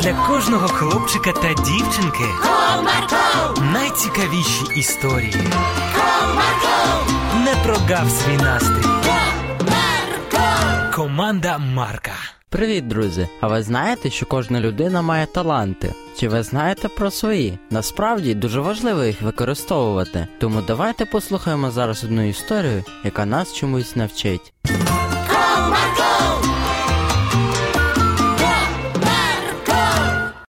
Для кожного хлопчика та дівчинки Comarco, найцікавіші історії. comarco, Не прогав свій настрій. comarco. Команда Марка. Привіт, друзі! А ви знаєте, що кожна людина має таланти? Чи ви знаєте про свої? Насправді дуже важливо їх використовувати. Тому давайте послухаємо зараз одну історію, яка нас чомусь навчить.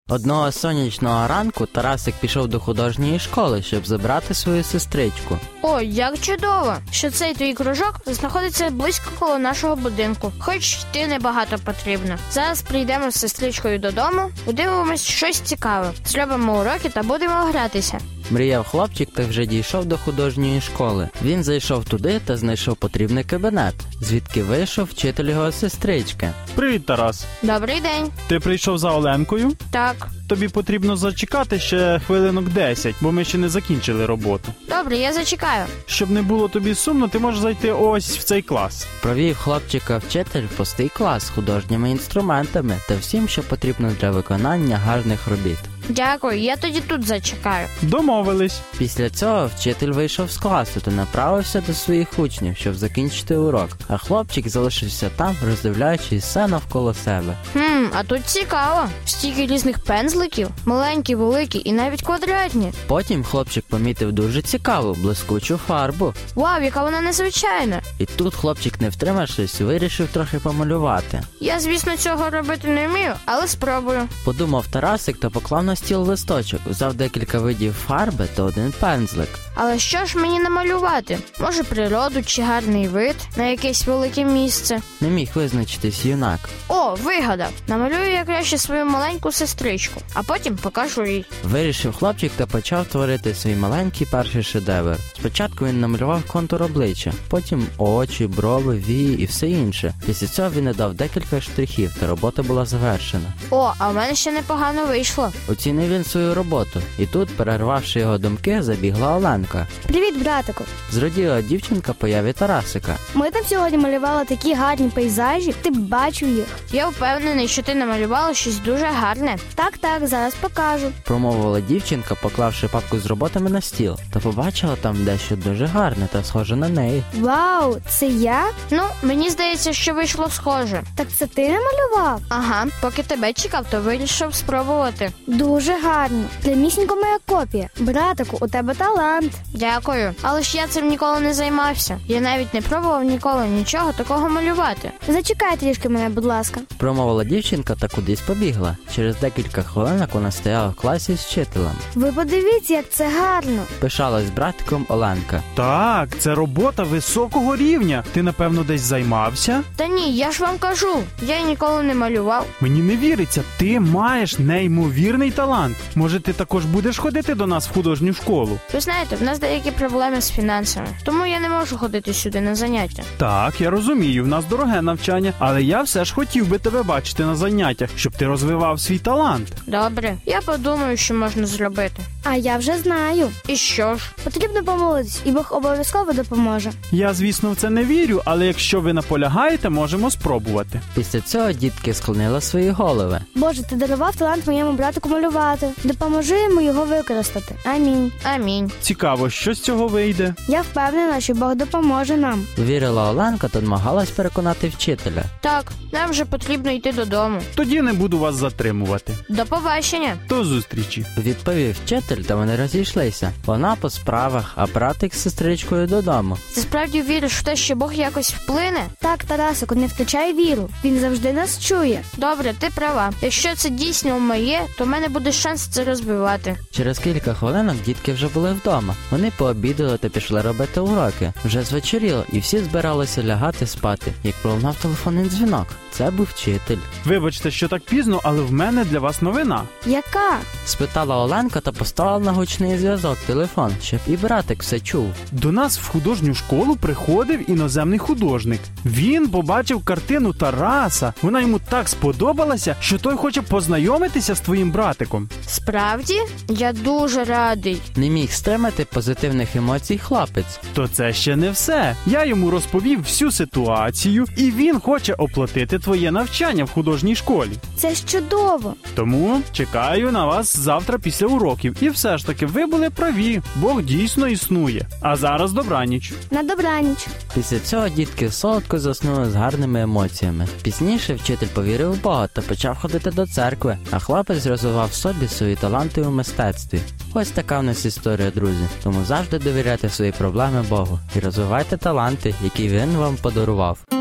Одного сонячного ранку Тарасик пішов до художньої школи, щоб забрати свою сестричку. О, як чудово, що цей твій кружок знаходиться близько коло нашого будинку, хоч йти небагато потрібно. Зараз прийдемо з сестричкою додому, подивимось щось цікаве, зробимо уроки та будемо гратися. Мріяв хлопчик та вже дійшов до художньої школи. Він зайшов туди та знайшов потрібний кабінет, звідки вийшов вчитель його сестрички. Привіт, Тарас. Добрий день. Ти прийшов за Оленкою? Так, Тобі потрібно зачекати ще хвилинок 10, бо ми ще не закінчили роботу. добре, я зачекаю. Щоб не було тобі сумно, ти можеш зайти ось в цей клас. Провів хлопчика вчитель в пустий клас з художніми інструментами та всім, що потрібно для виконання гарних робіт. Дякую, я тоді тут зачекаю. Домовились. Після цього вчитель вийшов з класу та направився до своїх учнів, щоб закінчити урок, а хлопчик залишився там, роздивляючи все навколо себе. Хм, а тут цікаво. Стільки різних пензликів, маленькі, великі і навіть квадратні. Потім хлопчик помітив дуже цікаву блискучу фарбу, Вау, яка вона незвичайна. і тут хлопчик, не втримавшись, вирішив трохи помалювати. Я, звісно, цього робити не вмію, але спробую. Подумав Тарасик та поклав на стіл листочок, взяв декілька видів фарби та один пензлик. Але що ж мені намалювати? Може, природу чи гарний вид на якесь велике місце? Не міг визначитись юнак. О, вигадав! Намалюю я краще свою маленьку сестричку, а потім покажу їй. Вирішив хлопчик та почав творити свій маленький перший шедевр. Спочатку він намалював контур обличчя, потім очі, брови, вії і все інше. Після цього він надав декілька штрихів, та робота була завершена. О, а в мене ще непогано вийшло. Оцінив він свою роботу, і тут, перервавши його думки, забігла Оленка. Привіт, братику! Зраділа дівчинка появі Тарасика. Ми там сьогодні малювали такі гарні пейзажі. Ти б бачив їх. Я впевнений, що ти намалювала щось дуже гарне. Так, так, зараз покажу. Промовила дівчинка, поклавши папку з роботами на стіл, та побачила там дещо дуже гарне та схоже на неї. Вау, це я? Ну, мені здається, що вийшло схоже. Так це ти намалював? Ага, поки тебе чекав, то вирішив спробувати. Дуже гарно. Прямісінько моя копія. Братику, у тебе талант. Дякую. Але ж я цим ніколи не займався. Я навіть не пробував ніколи нічого такого малювати. Зачекай трішки мене, будь ласка. Промовила дівчинка та кудись побігла. Через декілька хвилинок вона стояла в класі з вчителем. Ви подивіться, як це гарно. Пишалась братиком Оленка. Так, це робота високого рівня. Ти, напевно, десь займався? Та ні, я ж вам кажу, я ніколи не малював. Мені не віриться, ти маєш неймовірний талант. Може, ти також будеш ходити до нас в художню школу? Ви знаєте, в нас деякі проблеми з фінансами, тому я не можу ходити сюди на заняття. Так, я розумію, в нас дороге навчання, але я все ж хотів би тебе бачити на заняттях, щоб ти розвивав свій талант. Добре, я подумаю, що можна зробити. А я вже знаю. І що ж? Потрібно помолитись, і Бог обов'язково допоможе. Я, звісно, в це не вірю, але якщо ви наполягаєте, можемо спробувати. Після цього дітки склонили свої голови. Боже, ти дарував талант моєму братику малювати. Допоможи йому його використати. Амінь. Амінь. Цікаво, що з цього вийде. Я впевнена, що Бог допоможе нам. Вірила Оленка та намагалась переконати вчителя. Так, нам вже потрібно йти додому. Тоді не буду вас затримувати. До побачення. До зустрічі. Відповів вчитель, та вони розійшлися. Вона по справах, а братик з сестричкою додому. Ти справді віриш в те, що Бог якось вплине? Так, Тарасику, не втрачай віру. Він завжди нас чує. Добре, ти права. Якщо це дійсно моє, то в мене буде шанс це розбивати. Через кілька хвилинок дітки вже були вдома. Вони пообідали та пішли робити уроки. Вже звечоріло, і всі збиралися лягати спати, як пролунав телефонний дзвінок. Це був вчитель. Вибачте, що так пізно, але в мене для вас новина. Яка? Спитала Оленка та поставила налаштувала на гучний зв'язок телефон, щоб і братик все чув. До нас в художню школу приходив іноземний художник. Він побачив картину Тараса. Вона йому так сподобалася, що той хоче познайомитися з твоїм братиком. Справді, я дуже радий. Не міг стримати позитивних емоцій хлопець. То це ще не все. Я йому розповів всю ситуацію, і він хоче оплатити твоє навчання в художній школі. Це ж чудово. Тому чекаю на вас завтра після уроків. І все ж таки, ви були праві. Бог дійсно існує. А зараз добраніч. На добраніч. Після цього дітки солодко заснули з гарними емоціями. Пізніше вчитель повірив в Бога та почав ходити до церкви, а хлопець розвивав в собі свої таланти у мистецтві. Ось така в нас історія, друзі. Тому завжди довіряйте свої проблеми Богу і розвивайте таланти, які він вам подарував.